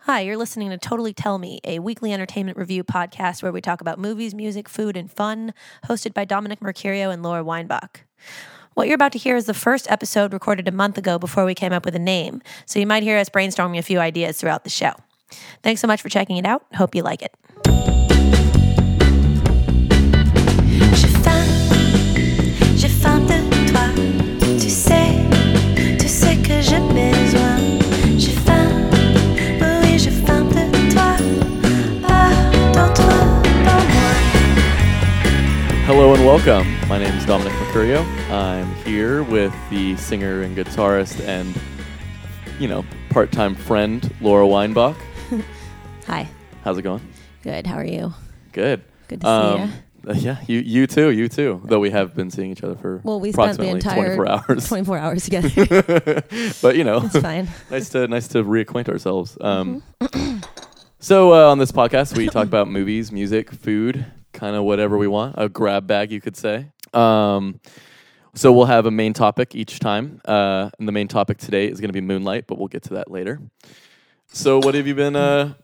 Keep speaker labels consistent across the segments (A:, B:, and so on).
A: Hi, you're listening to Totally Tell Me, a weekly entertainment review podcast where we talk about movies, music, food, and fun, hosted by Dominic Mercurio and Laura Weinbach. What you're about to hear is the first episode recorded a month ago before we came up with a name, so you might hear us brainstorming a few ideas throughout the show. Thanks so much for checking it out. Hope you like it.
B: J'ai faim, j'ai faim de toi. Tu sais, tu sais que j'ai besoin. J'ai faim, oui, j'ai faim de toi. Ah, dans toi, dans moi.
C: Hello and welcome. My name is Dominic Mercurio. I'm here with the singer and guitarist and, you know, part time friend, Laura Weinbach.
D: Hi.
C: How's it going?
D: Good. How are you?
C: Good.
D: Good to see
C: see you. Yeah, you, you too, you too. Though we have been seeing each other for
D: Well, we spent the
C: approximately
D: entire
C: 24 hours.
D: 24 hours together.
C: but, you know,
D: it's fine.
C: nice to nice to reacquaint ourselves. Um,
D: Mm-hmm.
C: so uh, on this podcast, we talk about movies, music, food, kind of whatever we want. A grab bag, you could say. Um, so we'll have a main topic each time, uh, and the main topic today is going to be Moonlight, but we'll get to that later. So what have you been uh,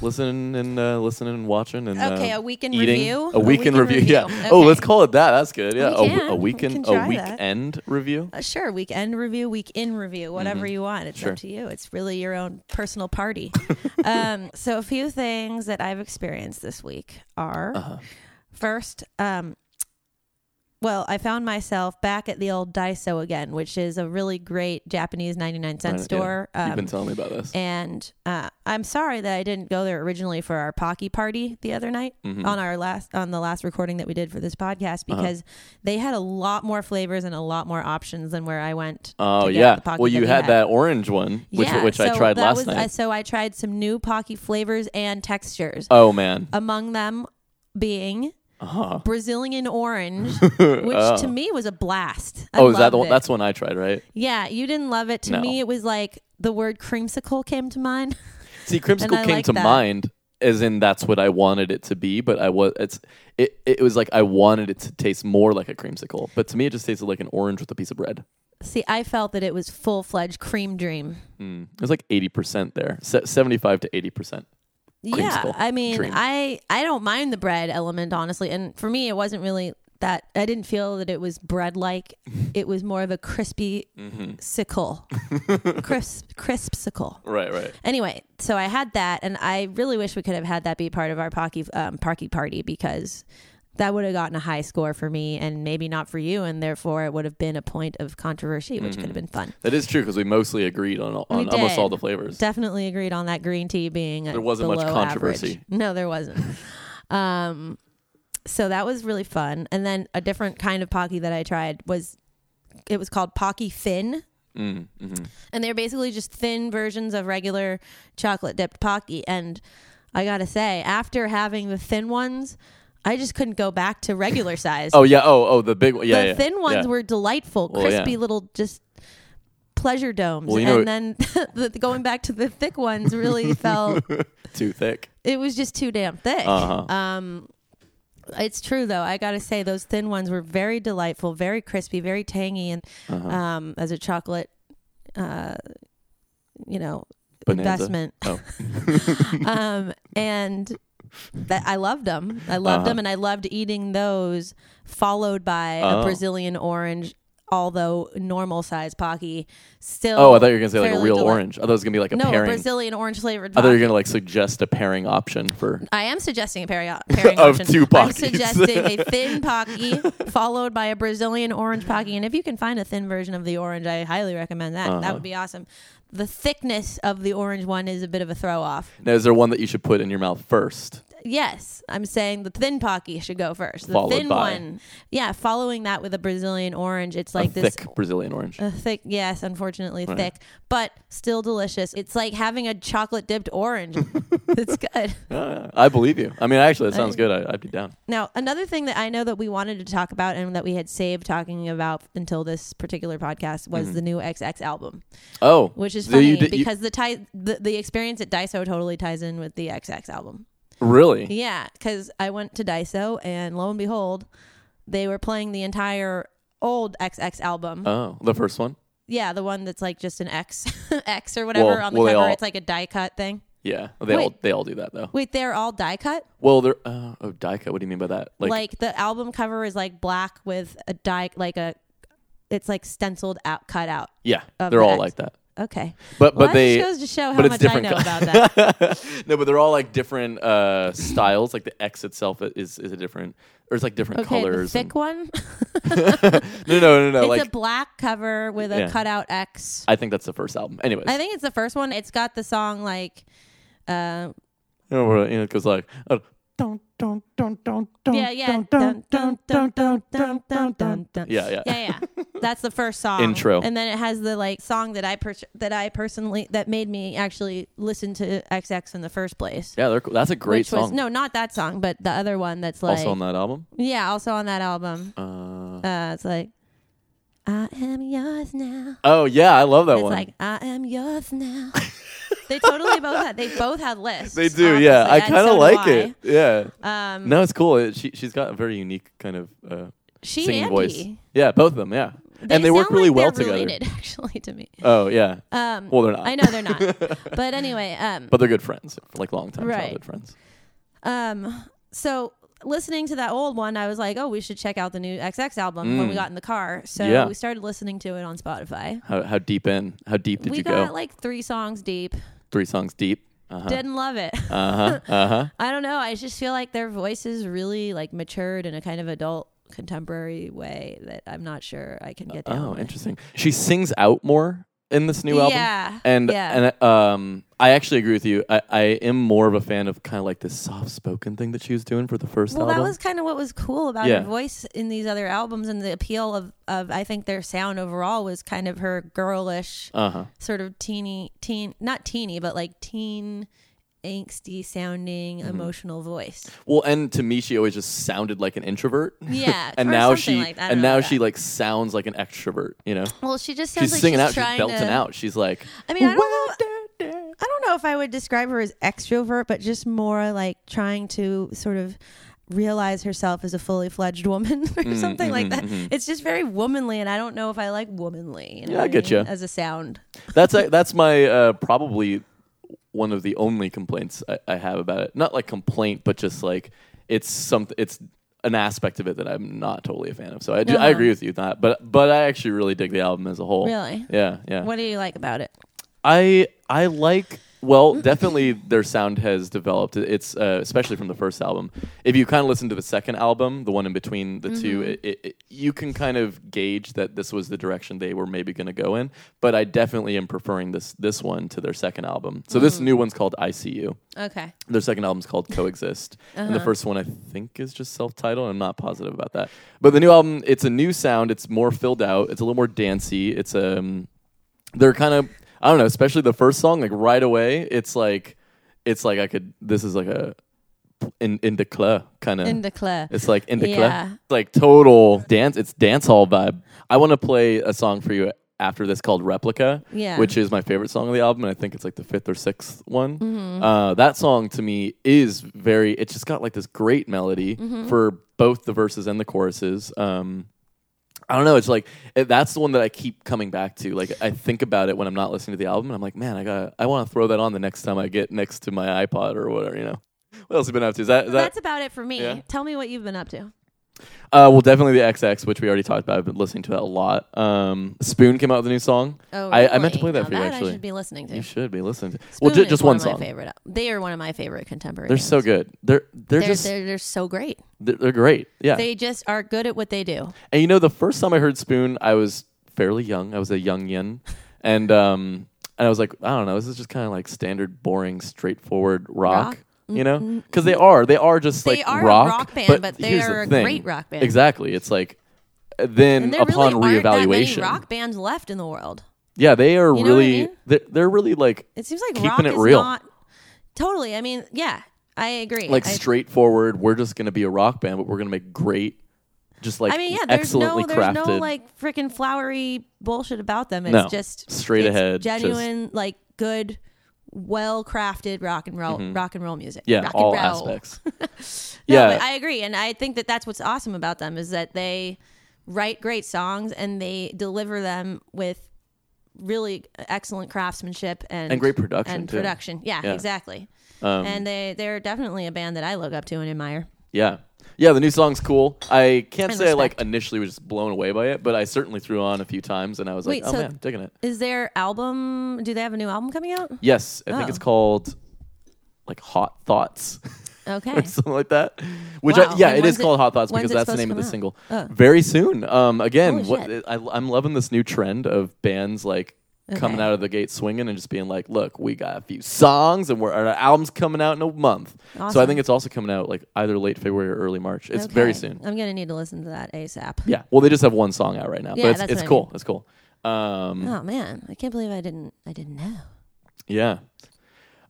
C: listening and uh, listening and watching and
D: Okay,
C: uh,
D: a week in
C: eating?
D: review?
C: A
D: A
C: week in
D: week in
C: review,
D: review.
C: yeah. Oh,
D: Okay.
C: let's call it that. That's good.
D: We
C: Yeah, a, w-
D: can.
C: a
D: We can
C: weekend a
D: try that.
C: weekend review.
D: Uh, sure, weekend review, week in review, whatever you want. It's
C: Mm-hmm. Sure.
D: up to you. It's really your own personal party. um, so, a few things that I've experienced this week are
C: Uh-huh.
D: first, um, well, I found myself back at the old Daiso again, which is a really great Japanese 99 cent
C: Right, yeah.
D: store.
C: You've
D: Um,
C: been telling me about this.
D: and uh, I'm sorry that I didn't go there originally for our Pocky party the other night
C: Mm-hmm.
D: on our last on the last recording that we did for this podcast
C: Uh-huh.
D: because they had a lot more flavors and a lot more options than where I went.
C: Oh
D: to get
C: yeah.
D: the Pocky
C: Well, you
D: we
C: had that orange one, which
D: Yeah,
C: which I
D: so
C: tried
D: that
C: last
D: was-
C: night.
D: uh, so I tried some new Pocky flavors and textures,
C: oh man.
D: among them being
C: Uh-huh.
D: Brazilian orange, which to me was a blast. I
C: Oh, is that the
D: loved
C: one?
D: it.
C: That's the one I tried, right?
D: yeah. You didn't love it. To
C: No.
D: me, it was like the word creamsicle came to mind.
C: See, crimsicle
D: I
C: came
D: like
C: to
D: that.
C: mind as in that's what I wanted it to be, but I was it's it, it was like I wanted it to taste more like a creamsicle, but to me it just tasted like an orange with a piece of bread.
D: See, I felt that it was full fledged cream dream.
C: Mm. It was like eighty percent there, Se- seventy-five to eighty percent.
D: Yeah,
C: Creamsicle
D: I mean,
C: dream.
D: I I don't mind the bread element honestly, and for me, it wasn't really that. I didn't feel that it was bread like. it was more of a crispy sickle, crisp crisp sickle.
C: Right, right.
D: Anyway, so I had that, and I really wish we could have had that be part of our Pocky um, Parky party because that would have gotten a high score for me, and maybe not for you, and therefore it would have been a point of controversy, which could have been fun.
C: That is true because we mostly agreed on on
D: We
C: almost
D: did.
C: all the flavors.
D: definitely agreed on that green tea being
C: There wasn't much
D: below
C: controversy.
D: average. No, there wasn't. um, so that was really fun. And then a different kind of pocky that I tried was it was called Pocky Thin,
C: Mm, mhm.
D: and they're basically just thin versions of regular chocolate dipped pocky. And I gotta say, after having the thin ones, I just couldn't go back to regular size.
C: Oh yeah. Oh oh the big one. Yeah.
D: the
C: yeah,
D: thin ones
C: yeah.
D: were delightful,
C: Well,
D: crispy
C: yeah.
D: little just pleasure domes,
C: Well, you know-
D: and then the, going back to the thick ones really felt
C: too thick.
D: it was just too damn thick.
C: Uh-huh.
D: Um, it's true though. I gotta say those thin ones were very delightful, very crispy, very tangy, and
C: Uh-huh.
D: um, as a chocolate, uh, you know,
C: Bonanza?
D: investment.
C: Oh.
D: um, and that I loved them. I loved
C: Uh-huh.
D: them, and I loved eating those, followed by
C: Oh.
D: a Brazilian orange. Although normal size pocky, still.
C: Oh, I thought you were gonna say like a
D: fairly
C: real
D: deli-
C: orange. I thought it was gonna be like a
D: No, a
C: pairing.
D: Brazilian orange flavored.
C: I thought you were
D: Pocky.
C: gonna like suggest a pairing option for.
D: I am suggesting a pairing, pairing
C: Of
D: option.
C: two
D: I'm
C: Pockies.
D: suggesting a thin pocky followed by a Brazilian orange pocky, and if you can find a thin version of the orange, I highly recommend that.
C: Uh-huh.
D: That would be awesome. The thickness of the orange one is a bit of a throw off.
C: Now, is there one that you should put in your mouth first?
D: Yes, I'm saying the thin pocky should go first. The
C: Followed
D: thin
C: by-
D: one, yeah. Following that with a Brazilian orange, it's like
C: a
D: this Uh,
C: thick Brazilian orange.
D: A thick, yes, unfortunately thick, but still delicious. It's like having a chocolate dipped orange. it's good.
C: Yeah, yeah. I believe you. I mean, actually, that sounds good. I, I'd be down.
D: Now, another thing that I know that we wanted to talk about and that we had saved talking about until this particular podcast was the new XX album,
C: Oh,
D: which is
C: so
D: funny
C: Mm-hmm. you did- you-
D: because the, tie, the the experience at Daiso totally ties in with the XX album.
C: really,
D: Yeah, because I went to Daiso and lo and behold, they were playing the entire old XX album.
C: oh, the first one.
D: yeah, the one that's like just an X X or whatever on the
C: well, they
D: cover.
C: all-
D: it's like a die cut thing.
C: Yeah, they all
D: Wait.
C: they all do that though.
D: Wait, they're all die cut?
C: Well, they're uh, oh die cut. What do you mean by that?
D: Like, the album cover is like black with a die, like a, it's like stenciled out, cut out.
C: yeah,
D: of
C: they're
D: the
C: all
D: act.
C: like that.
D: Okay.
C: But
D: Well,
C: but
D: that
C: they
D: just goes to show
C: but
D: how
C: it's
D: much I
C: different
D: know
C: co-
D: about that.
C: no, but they're all like different uh, styles. Like the X itself is is a different or it's like different
D: Okay, the
C: colors.
D: thick one.
C: and- no, no, no, no.
D: it's
C: like
D: a black cover with a
C: Yeah.
D: cutout X.
C: I think that's the first album. Anyways,
D: I think it's the first one. It's got the song like, uh,
C: you know, where, you know, it goes like uh,
D: yeah, yeah, dun, dun, dun, dun, dun, dun, dun, dun.
C: yeah, yeah,
D: yeah, yeah. That's the first song
C: Intro.
D: and then it has the like song that I per- that I personally that made me actually listen to XX in the first place.
C: Yeah, They're cool. That's a great
D: which
C: song.
D: Was, no, not that song, but the other one that's like
C: also on that album.
D: yeah, also on that album.
C: Uh,
D: Uh, it's like I am yours now.
C: oh yeah, I love that
D: it's
C: one.
D: like I am yours now. they totally both had they both had lists.
C: they do, yeah.
D: obviously,
C: I
D: and
C: kind of
D: so do
C: like
D: I.
C: it. Yeah.
D: Um,
C: No, it's cool. It, she she's got a very unique kind of uh,
D: she
C: singing
D: and
C: voice.
D: he.
C: Yeah, both of them. Yeah,
D: They
C: and they work
D: sound
C: really
D: like
C: well
D: they're
C: together.
D: Related, actually, to me.
C: Oh yeah.
D: Um,
C: Well, they're not.
D: I know they're not, but anyway, um,
C: But they're good friends, like long time
D: Right.
C: childhood friends.
D: Um, so listening to that old one, I was like, oh, we should check out the new XX album when we got in the car. So
C: Mm. Yeah.
D: we started listening to it on Spotify.
C: How how deep in? How deep did
D: we
C: you
D: got
C: go?
D: like three songs deep.
C: Three songs deep. Uh huh.
D: Didn't love it.
C: Uh huh. Uh huh.
D: I don't know. I just feel like their voices really like matured in a kind of adult contemporary way that I'm not sure I can get down.
C: Oh,
D: with.
C: interesting. She sings out more in this new album.
D: Yeah,
C: And
D: yeah.
C: and um I actually agree with you. I, I am more of a fan of kind of like this soft spoken thing that she was doing for the first
D: Well, that
C: album.
D: was kind of what was cool about
C: Yeah.
D: her voice in these other albums and the appeal of, of I think their sound overall was kind of her girlish
C: uh-huh.
D: sort of teeny teen not teeny but like teen angsty sounding
C: Mm-hmm.
D: emotional voice
C: Well, and to me she always just sounded like an introvert.
D: Yeah,
C: and
D: or
C: now
D: something
C: she
D: like that. I don't
C: and
D: know
C: now
D: about
C: she
D: that.
C: like sounds like an extrovert, you know.
D: well she just sounds
C: She's
D: like
C: singing
D: she's
C: out,
D: trying
C: she's belting
D: to,
C: out. She's like
D: i mean i don't know i don't know if i would describe her as extrovert but just more like trying to sort of realize herself as a fully fledged woman or
C: Mm-hmm,
D: something like that it's just very womanly and i don't know if i like womanly you know
C: Yeah, I
D: what
C: get
D: mean?
C: ya.
D: as a sound
C: that's a, that's my uh, probably one of the only complaints I, I have about it. Not like complaint, but just like it's something. It's an aspect of it that I'm not totally a fan of. So I, do, I
D: Uh-huh.
C: agree with you on that. But but I actually really dig the album as a whole.
D: Really?
C: Yeah, yeah.
D: what do you like about it
C: I I like well, definitely their sound has developed. It's uh, especially from the first album. If you kind of listen to the second album, the one in between the two, it, it, it- you can kind of gauge that this was the direction they were maybe going to go in. But I definitely am preferring this this one to their second album. So this new one's called ICU.
D: okay Uh-huh.
C: Their second album's called Coexist, and the first one I think is just self-titled. I'm not positive about that, but the new album it's a new sound. It's more filled out. It's a little more dancey. It's um, they're kind of I don't know, especially the first song. Like right away, it's like it's like I could. This is like a in in the club kind of
D: in the club
C: it's like in the
D: Yeah.
C: club. Like total dance. It's dance hall vibe. I want to play a song for you after this called Replica,
D: Yeah.
C: which is my favorite song on the album. And I think it's like the fifth or sixth one.
D: Mm-hmm.
C: Uh, that song to me is very, it's just got like this great melody
D: Mm-hmm.
C: for both the verses and the choruses. Um, I don't know. It's like it, that's the one that I keep coming back to. Like I think about it when I'm not listening to the album, and I'm like, man, I got, I want to throw that on the next time I get next to my iPod or whatever. You know, what else have you been up to? Is that, is that
D: that's about it for me
C: Yeah.
D: tell me what you've been up to
C: uh, well, definitely the XX, which we already talked about. I've been listening to that a lot. Um, Spoon came out with a new song.
D: Oh,
C: I, I meant to play
D: really?
C: that
D: Now
C: for you actually.
D: I should be listening to.
C: you should be listening. To.
D: Spoon
C: Well, ju-
D: is
C: just
D: one,
C: one
D: of my
C: song.
D: favorite. They are one of my favorite contemporary.
C: They're so
D: bands.
C: good. They're they're,
D: They're,
C: just
D: they're they're so great.
C: they're, they're great. Yeah.
D: They just are good at what they do.
C: and you know, the first time I heard Spoon, I was fairly young. I was a young yin, and um, and I was like, I don't know, this is just kind of like standard, boring, straightforward rock.
D: Rock? Mm-hmm.
C: You know, because they are they are just
D: They
C: like
D: are a
C: rock,
D: rock band, but they
C: here's
D: are a
C: the thing.
D: great rock band.
C: Exactly. It's like uh, then
D: And there
C: upon
D: really aren't that many
C: reevaluation,
D: rock bands left in the world.
C: Yeah, they are
D: You know what I
C: really
D: mean?
C: they're, they're really like
D: It seems like
C: Keeping
D: rock
C: it
D: is
C: real.
D: not totally. I mean, yeah, I agree.
C: like
D: I,
C: straightforward. We're just gonna be a rock band, but we're gonna make great, just like
D: I mean, yeah, there's no
C: excellently
D: there's
C: crafted.
D: no like freaking flowery bullshit about them. It's
C: No.
D: just
C: Straight
D: it's
C: ahead, just-
D: genuine, like good, well crafted rock and roll, rock and roll music.
C: Mm-hmm. yeah,
D: rock
C: all
D: and roll.
C: aspects.
D: No,
C: yeah,
D: but I agree, and I think that that's what's awesome about them is that they write great songs and they deliver them with really excellent craftsmanship and
C: And great production,
D: and
C: too.
D: production. Yeah,
C: Yeah.
D: exactly.
C: Um,
D: and they they're definitely a band that I look up to and admire.
C: Yeah. Yeah, the new song's cool. I can't
D: And
C: say I like
D: respect.
C: initially was just blown away by it, but I certainly threw on a few times and I was
D: Wait,
C: like, oh
D: so-
C: man, digging it.
D: Is their album? Do they have a new album coming out?
C: Yes, I think
D: Oh.
C: it's called like Hot Thoughts
D: Okay.
C: or something like that. Which
D: Wow.
C: I, yeah,
D: And
C: it is
D: when's it-
C: called Hot Thoughts
D: when's
C: because
D: it
C: that's the
D: supposed
C: name
D: to
C: of the
D: come
C: single.
D: out? Oh.
C: Very soon. Um, again,
D: Holy
C: what,
D: shit.
C: I, I'm loving this new trend of bands like coming
D: Okay.
C: out of the gate swinging and just being like, look, we got a few songs and we're, our album's coming out in a month. So I
D: Awesome.
C: think it's also coming out like either late February or early March. It's very
D: Okay.
C: soon.
D: I'm gonna need to listen to that ASAP.
C: Yeah. Well, they just have one song out right now,
D: Yeah,
C: but it's,
D: that's
C: it's
D: what I
C: cool.
D: mean.
C: It's cool. Um,
D: Oh man, I can't believe I didn't I didn't know.
C: Yeah.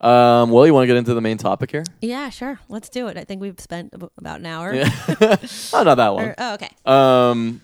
C: Um, well, you want to get into the main topic here?
D: Yeah, sure. Let's do it. I think we've spent ab- about an hour.
C: Yeah. oh, not that
D: Or-
C: long.
D: oh, okay.
C: Um,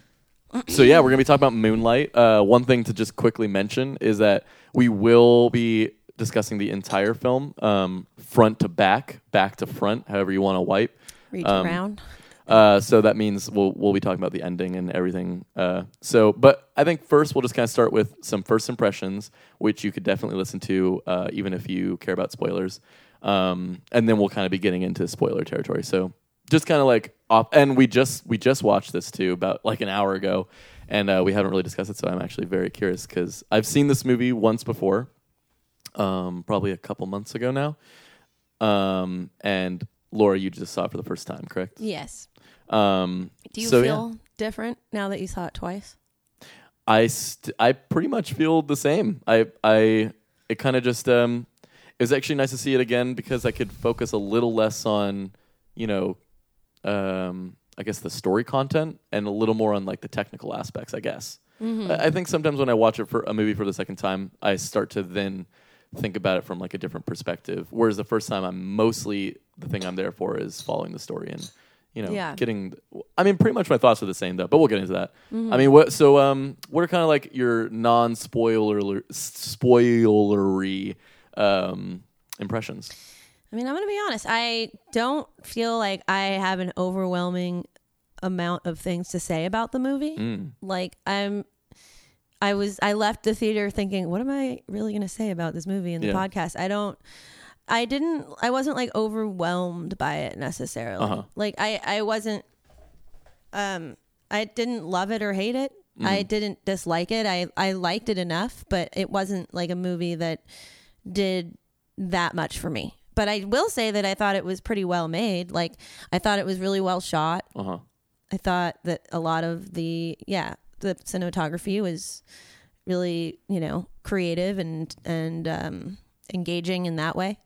C: so yeah, we're gonna be talking about Moonlight. Uh, one thing to just quickly mention is that we will be discussing the entire film, um, front to back, back to front, however you want to wipe.
D: Reach
C: Um,
D: around.
C: Uh, so that means we'll we'll be talking about the ending and everything. Uh, so, but I think first we'll just kind of start with some first impressions, which you could definitely listen to, uh, even if you care about spoilers. Um, and then we'll kind of be getting into spoiler territory. So just kind of like off, and we just we just watched this too about like an hour ago, and uh, we haven't really discussed it. So I'm actually very curious because I've seen this movie once before, um, probably a couple months ago now. Um, and Laura, you just saw it for the first time, correct?
D: Yes.
C: Um,
D: Do you
C: so, yeah.
D: feel different now that you saw it twice?
C: I st- I pretty much feel the same. I I it kind of just um, it was actually nice to see it again because I could focus a little less on you know, um, I guess the story content and a little more on like the technical aspects. I guess
D: Mm-hmm.
C: I, I think sometimes when I watch it for a movie for the second time, I start to then think about it from like a different perspective. Whereas the first time, I'm mostly the thing I'm there for is following the story and you know
D: Yeah.
C: getting. I mean, pretty much my thoughts are the same though, but we'll get into that.
D: Mm-hmm.
C: I mean, what so um, what are kind of like your non spoiler spoilery um impressions?
D: I mean, I'm going to be honest. I don't feel like I have an overwhelming amount of things to say about the movie.
C: Mm,
D: Like I'm I was I left the theater thinking, what am I really going to say about this movie in the
C: Yeah.
D: podcast? I don't I didn't I wasn't like overwhelmed by it necessarily.
C: Uh-huh.
D: Like I I wasn't um I didn't love it or hate it.
C: Mm-hmm.
D: I didn't dislike it. I I liked it enough, but it wasn't like a movie that did that much for me. But I will say that I thought it was pretty well made. Like I thought it was really well shot.
C: Uh huh.
D: I thought that a lot of the yeah, the cinematography was really, you know, creative and and um engaging in that way.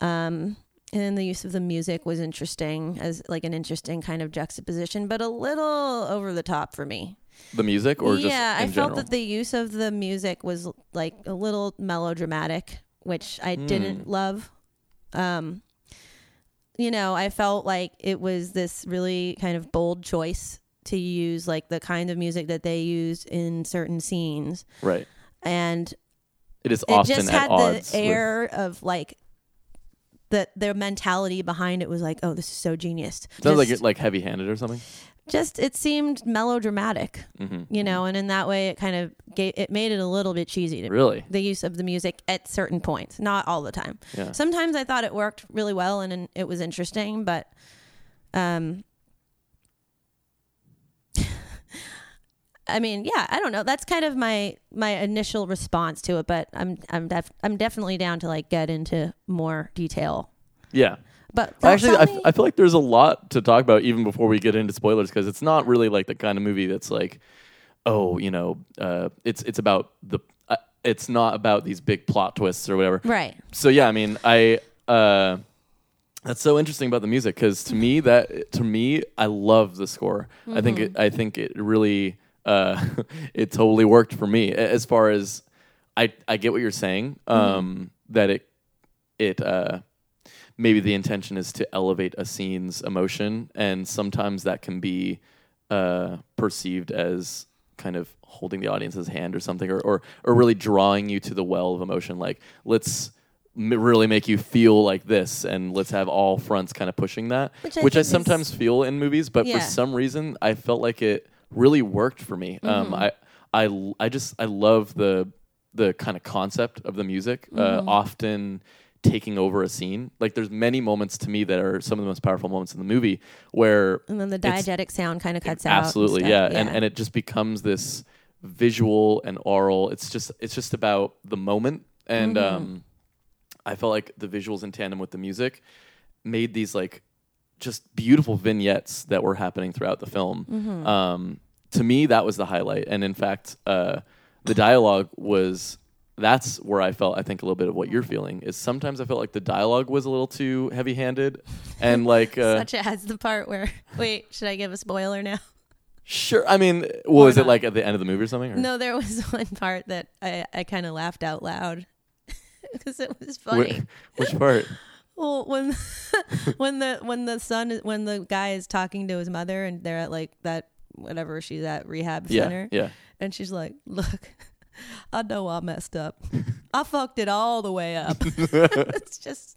D: Um and then the use of the music was interesting as like an interesting kind of juxtaposition, but a little over the top for me
C: The music or just
D: yeah,
C: in
D: I
C: general?
D: felt that the use of the music was like a little melodramatic, which I
C: Mm.
D: didn't love. Um, you know, I felt like it was this really kind of bold choice to use like the kind of music that they used in certain scenes,
C: right.
D: and
C: It is
D: it
C: often
D: just
C: at
D: had
C: odds.
D: the air of like the their mentality behind it was like, oh, this is so genius.
C: with, sounds like
D: Just-
C: you're like heavy-handed or something. Mm-hmm.
D: just it seemed melodramatic, you know, and in that way it kind of gave, it made it a little bit cheesy to
C: Really?
D: the use of the music at certain points, not all the time.
C: Yeah.
D: Sometimes I thought it worked really well and, and it was interesting, but um I mean, yeah, I don't know. That's kind of my my initial response to it, but I'm I'm def- I'm definitely down to like get into more detail.
C: Yeah.
D: But
C: Actually,
D: tell
C: I,
D: me-
C: f- I feel like there's a lot to talk about even before we get into spoilers because it's not really like the kind of movie that's like, oh, you know, uh, it's it's about the uh, it's not about these big plot twists or whatever.
D: right.
C: So yeah, I mean, I uh, that's so interesting about the music because to me that to me I love the score. I think
D: Mm-hmm.
C: it, I think it really uh, it totally worked for me A- as far as I I get what you're saying
D: Mm-hmm.
C: um, that it it uh, maybe the intention is to elevate a scene's emotion and sometimes that can be uh, perceived as kind of holding the audience's hand or something or, or or really drawing you to the well of emotion like let's m- really make you feel like this and let's have all fronts kind of pushing that
D: Which
C: which
D: I
C: i,
D: think is-
C: sometimes feel in movies but
D: Yeah.
C: for some reason i felt like it really worked for me um, I, I l- I just i love the the kind of concept of the music, uh, often taking over a scene. Like there's many moments to me that are some of the most powerful moments in the movie where
D: And then the
C: It's-
D: diegetic sound kind of cuts out. and
C: absolutely
D: stuff.
C: yeah. And, and it just becomes this visual and oral it's just it's just about the moment and
D: Mm-hmm.
C: um i felt like the visuals in tandem with the music made these like just beautiful vignettes that were happening throughout the film
D: Mm-hmm.
C: um to me that was the highlight and in fact uh the dialogue was that's where I felt I think a little bit of what you're feeling is sometimes I felt like the dialogue was a little too heavy-handed and like uh,
D: such as the part where wait, should I give a spoiler now?
C: Sure. I mean, well, is it
D: not.
C: like at the end of the movie or something? Or?
D: No, there was one part that I, I kind of laughed out loud because it was
C: Wh-
D: funny.
C: which part?
D: Well, when when the when the son is- when the guy is talking to his mother and they're at like that whatever she's at rehab
C: yeah.
D: center
C: Yeah.
D: and she's like, "Look, I know I messed up. I fucked it all the way up." it's just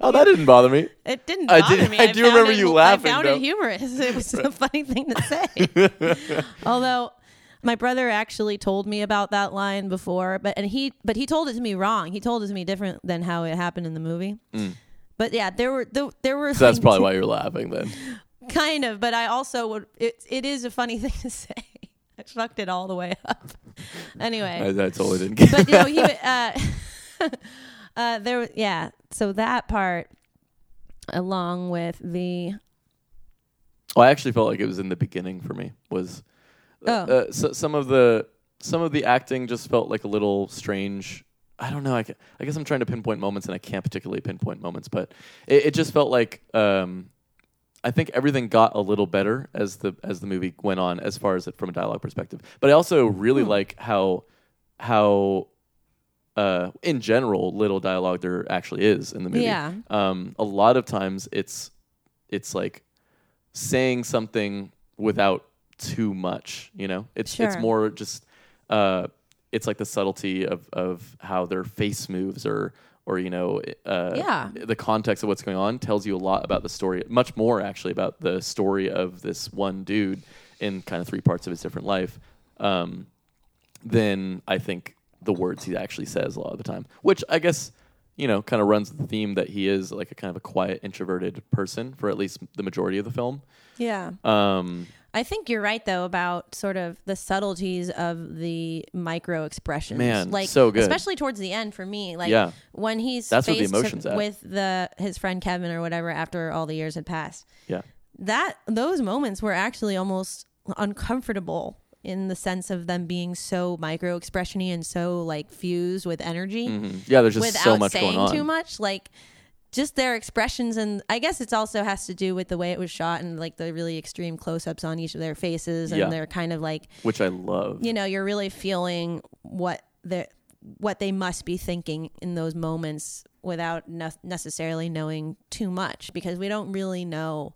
C: Oh, that didn't bother me.
D: it didn't
C: I
D: bother
C: did-
D: me.
C: I do
D: found
C: remember
D: it-
C: you laughing,
D: I found
C: though.
D: it humorous. It was a funny thing to say. Although my brother actually told me about that line before, but and he but he told it to me wrong. He told it to me different than how it happened in the movie. But yeah, there were there, there were
C: Mm. So that's
D: like,
C: probably why you're laughing then.
D: kind of. But I also would. It, it is a funny thing to say. I fucked it all the way up. Anyway,
C: I, I totally didn't get
D: but you know he would, uh, uh there was- yeah so that part along with the
C: Well, I actually felt like it was in the beginning for me. Was uh,
D: Oh.
C: uh, so, some of the some of the acting just felt like a little strange. I don't know. I, ca- I guess I'm trying to pinpoint moments, and I can't particularly pinpoint moments, but it, it just felt like um, I think everything got a little better as the as the movie went on, as far as it from a dialogue perspective. But I also
D: Hmm.
C: really like how how uh, in general little dialogue there actually is in the movie.
D: Yeah.
C: Um, a lot of times it's it's like saying something without too much. You know, it's it's
D: Sure.
C: more just uh, it's like the subtlety of of how their face moves or or you know uh,
D: Yeah.
C: the context of what's going on tells you a lot about the story much more actually about the story of this one dude in kind of three parts of his different life um, than I think the words he actually says a lot of the time, which I guess you know kind of runs the theme that he is like a kind of a quiet introverted person for at least the majority of the film.
D: yeah
C: Um,
D: i think you're right though about sort of the subtleties of the micro expressions
C: Man,
D: like
C: so good.
D: especially towards the end for me like
C: Yeah.
D: when he's
C: That's where the
D: faced
C: emotion's at.
D: with the his friend kevin or whatever after all the years had passed
C: yeah,
D: that those moments were actually almost uncomfortable in the sense of them being so micro expressiony and so like fused with energy
C: Mm-hmm. yeah. There's just
D: without
C: so much
D: saying
C: going on.
D: too much like just their expressions and i guess it also has to do with the way it was shot and like the really extreme close-ups on each of their faces and
C: Yeah.
D: they're kind of like
C: Which I love.
D: you know you're really feeling what the what they must be thinking in those moments without ne- necessarily knowing too much because we don't really know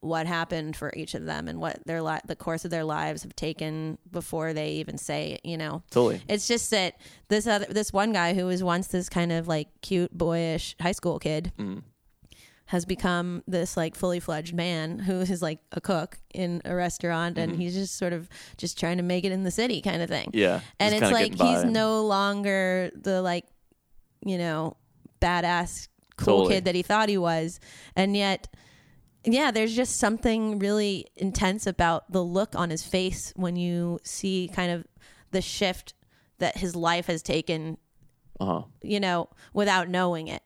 D: what happened for each of them and what their li- the course of their lives have taken before they even say it, you know
C: Totally.
D: it's just that this other this one guy who was once this kind of like cute boyish high school kid
C: Mm-hmm.
D: has become this like fully fledged man who is like a cook in a restaurant and he's just sort of just trying to make it in the city kind of thing.
C: Yeah,
D: And
C: just
D: it's
C: kinda
D: like
C: getting
D: he's
C: by.
D: no longer the like, you know, badass cool
C: Totally.
D: kid that he thought he was. And yet yeah, there's just something really intense about the look on his face when you see kind of the shift that his life has taken
C: Uh-huh.
D: you know, without knowing it.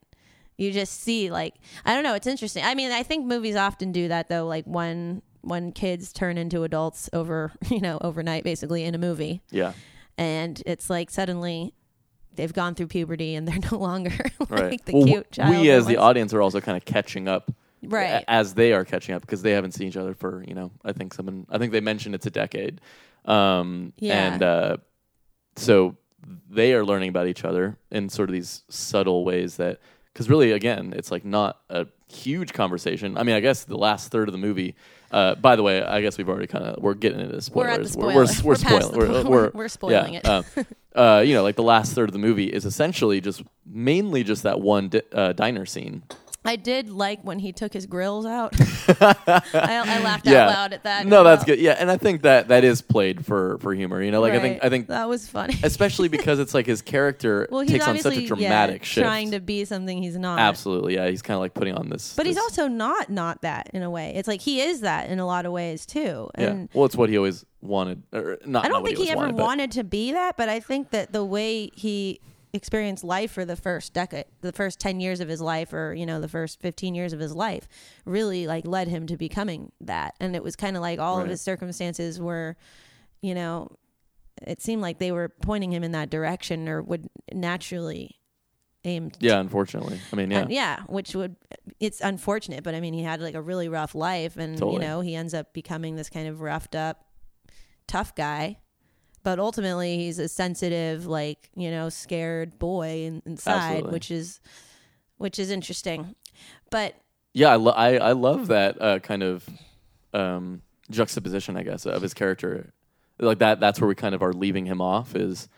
D: You just see like I don't know, it's interesting. I mean, I think movies often do that though, like when when kids turn into adults over, you know, overnight basically in a movie.
C: Yeah.
D: And it's like suddenly they've gone through puberty and they're no longer like
C: Right.
D: the
C: Well,
D: cute child.
C: we
D: that
C: as the
D: wants-
C: audience are also kind of catching up.
D: Right.
C: a- As they are catching up because they haven't seen each other for, you know, I think someone I think they mentioned it's a decade. Um
D: Yeah.
C: and uh so they are learning about each other in sort of these subtle ways that because really again it's like not a huge conversation i mean i guess the last third of the movie uh, by the way i guess we've already kind of we're getting into
D: We're at the
C: spoilers we're, we're,
D: spoiler. We're
C: we're
D: past
C: spoiling
D: the
C: we're,
D: point.
C: we're-
D: We're spoiling
C: yeah,
D: it.
C: uh, uh, you know like the last third of the movie is essentially just mainly just that one di- uh, diner scene
D: I did like when he took his grills out. I, I laughed out loud at that.
C: No,
D: as
C: that's
D: well.
C: good. Yeah, and I think that that is played for for humor. You know, like I think
D: Right.
C: I think
D: that was funny.
C: especially because it's like his character
D: well, he's
C: takes on
D: obviously
C: such a
D: yeah,
C: dramatic shift.
D: trying to be something he's not.
C: Absolutely, yeah. He's kind of like putting on this.
D: But he's
C: this-
D: also not not that in a way. It's like he is that in a lot of ways too.
C: yeah.
D: And
C: Well, it's what he always wanted. Or not,
D: I
C: not
D: don't
C: what
D: think he,
C: always
D: ever
C: wanted, but-
D: to be that, but I think that the way he experienced life for the first decade, the first 10 years of his life or, you know, the first 15 years of his life really like led him to becoming that. And it was kind of like all
C: Right.
D: of his circumstances were, you know, it seemed like they were pointing him in that direction or would naturally aim
C: Yeah, unfortunately. I mean, yeah.
D: and yeah, which would it's unfortunate, but I mean he had like a really rough life and you
C: Totally.
D: know, he ends up becoming this kind of roughed up tough guy. But ultimately he's a sensitive, like, you know, scared boy in, inside,
C: Absolutely.
D: which is which is interesting. But
C: Yeah, I, lo- I I love that uh, kind of um, juxtaposition, I guess, of his character. Like that. That's where we kind of are leaving him off. Is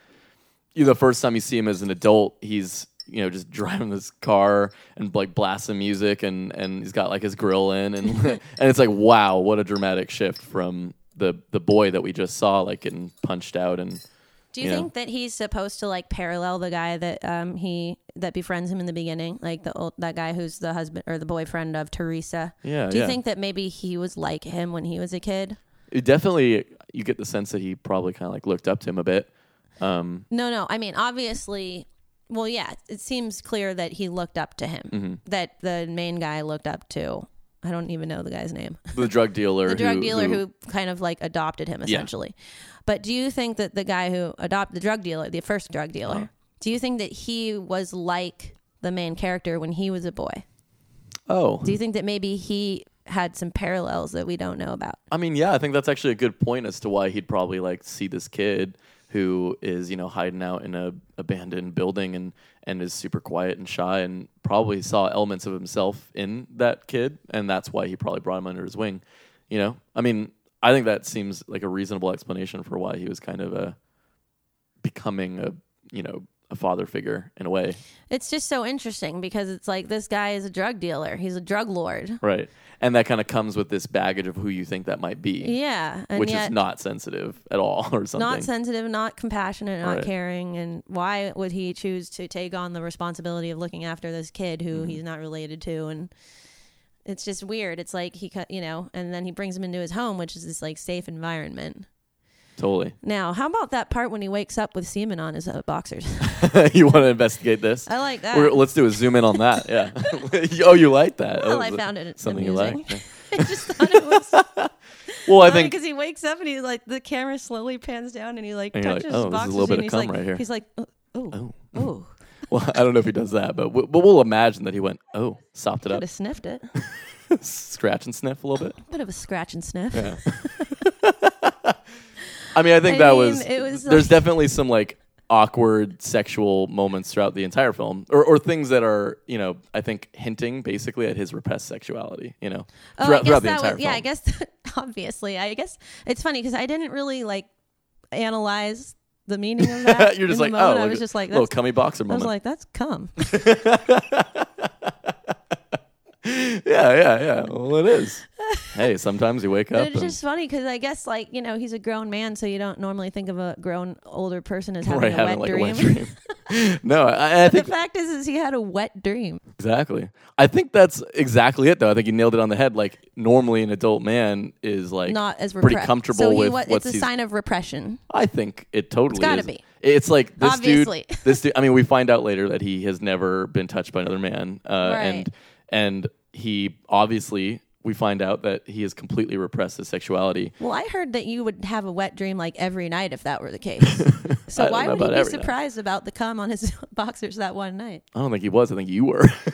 C: you know, the first time you see him as an adult, he's you know just driving this car and like blasting music, and and he's got like his grill in, and and it's like wow, what a dramatic shift from the the boy that we just saw like getting punched out and
D: do you
C: Yeah.
D: think that he's supposed to like parallel the guy that um he that befriends him in the beginning, like the old that guy who's the husband or the boyfriend of Teresa?
C: yeah.
D: Do you
C: yeah.
D: think that maybe he was like him when he was a kid?
C: It definitely you get the sense that he probably kind of like looked up to him a bit. Um,
D: No, no. I mean, obviously, well, yeah, it seems clear that he looked up to him, that the main guy looked up to. I don't even know the guy's name.
C: the drug dealer,
D: The drug dealer who, kind of like adopted him essentially. But do you think that the guy who adopted the drug dealer, the first drug dealer, do you think that he was like the main character when he was a boy?
C: oh,
D: Do you think that maybe he had some parallels that we don't know about?
C: I mean, yeah, I think that's actually a good point as to why he'd probably like see this kid who is, you know, hiding out in a abandoned building and and is super quiet and shy and probably saw elements of himself in that kid and that's why he probably brought him under his wing, you know? I mean, I think that seems like a reasonable explanation for why he was kind of a becoming a, you know, a father figure in a way.
D: It's just so interesting because it's like this guy is a drug dealer. He's a drug lord.
C: Right. And that kind of comes with this baggage of who you think that might be,
D: Yeah. And
C: which
D: yet,
C: is not sensitive at all or something.
D: not sensitive, not compassionate, not
C: Right.
D: caring. And why would he choose to take on the responsibility of looking after this kid who
C: Mm-hmm.
D: he's not related to? And it's just weird. It's like he, cut, you know, and then he brings him into his home, which is this like safe environment.
C: totally.
D: Now, how about that part when he wakes up with semen on his uh, boxers?
C: you want to investigate this?
D: I like that.
C: We're, let's do a zoom in on that. Yeah. oh, you like that?
D: Well,
C: That
D: I
C: was
D: found it
C: uh, something you
D: amusing.
C: like. Yeah.
D: I just thought it was
C: Well,
D: funny
C: I think
D: because he wakes up and he like the camera slowly pans down and he like
C: And you're like,
D: touches his
C: "Oh, this is a
D: boxers
C: little bit
D: and
C: of
D: he's
C: cum
D: like,
C: right here."
D: he's like, oh, oh, oh,
C: well, I don't know if he does that, but w- but we'll imagine that he went, "Oh, sopped it
D: could
C: up,
D: have sniffed it.
C: scratch and sniff a little bit."
D: Bit of a scratch and sniff.
C: I mean, I think
D: I
C: that
D: mean,
C: was,
D: it was
C: there's
D: like-
C: definitely some like awkward sexual moments throughout the entire film or, or things that are, you know, I think hinting basically at his repressed sexuality, you know,
D: Oh, I
C: throughout,
D: guess
C: throughout the
D: that
C: entire
D: was,
C: film.
D: yeah, I guess obviously. I guess it's funny because I didn't really like analyze the meaning of that.
C: You're just
D: in
C: like,
D: the
C: oh,
D: moment. I
C: look
D: was
C: at-
D: just like,
C: little
D: that's,
C: cummy
D: I
C: boxer
D: was
C: moment.
D: like, that's cum.
C: yeah, yeah, yeah. Well, it is. hey, sometimes you wake up.
D: But it's
C: And,
D: just funny because I guess like you know he's a grown man, so you don't normally think of a grown older person as having
C: right,
D: a
C: having
D: wet
C: like
D: dream.
C: a wet dream. no, I, I
D: the
C: think
D: fact is, is he had a wet dream.
C: exactly. I think that's exactly it, though. I think you nailed it on the head. Like normally, an adult man is like
D: Not as
C: pretty
D: repressed.
C: comfortable
D: so he
C: with
D: wa- it's
C: what's
D: a
C: he's-
D: sign of repression.
C: I think it totally.
D: gotta
C: is.
D: be.
C: It's like this
D: Obviously.
C: dude. This dude. I mean, we find out later that he has never been touched by another man, uh,
D: Right.
C: and and he obviously we find out that he has completely repressed his sexuality.
D: Well, I heard that you would have a wet dream like every night if that were the case.
C: I
D: So
C: don't
D: why
C: know
D: would he
C: about
D: be
C: every night.
D: surprised about the cum on his boxers that one night?
C: I don't think he was. I think you were.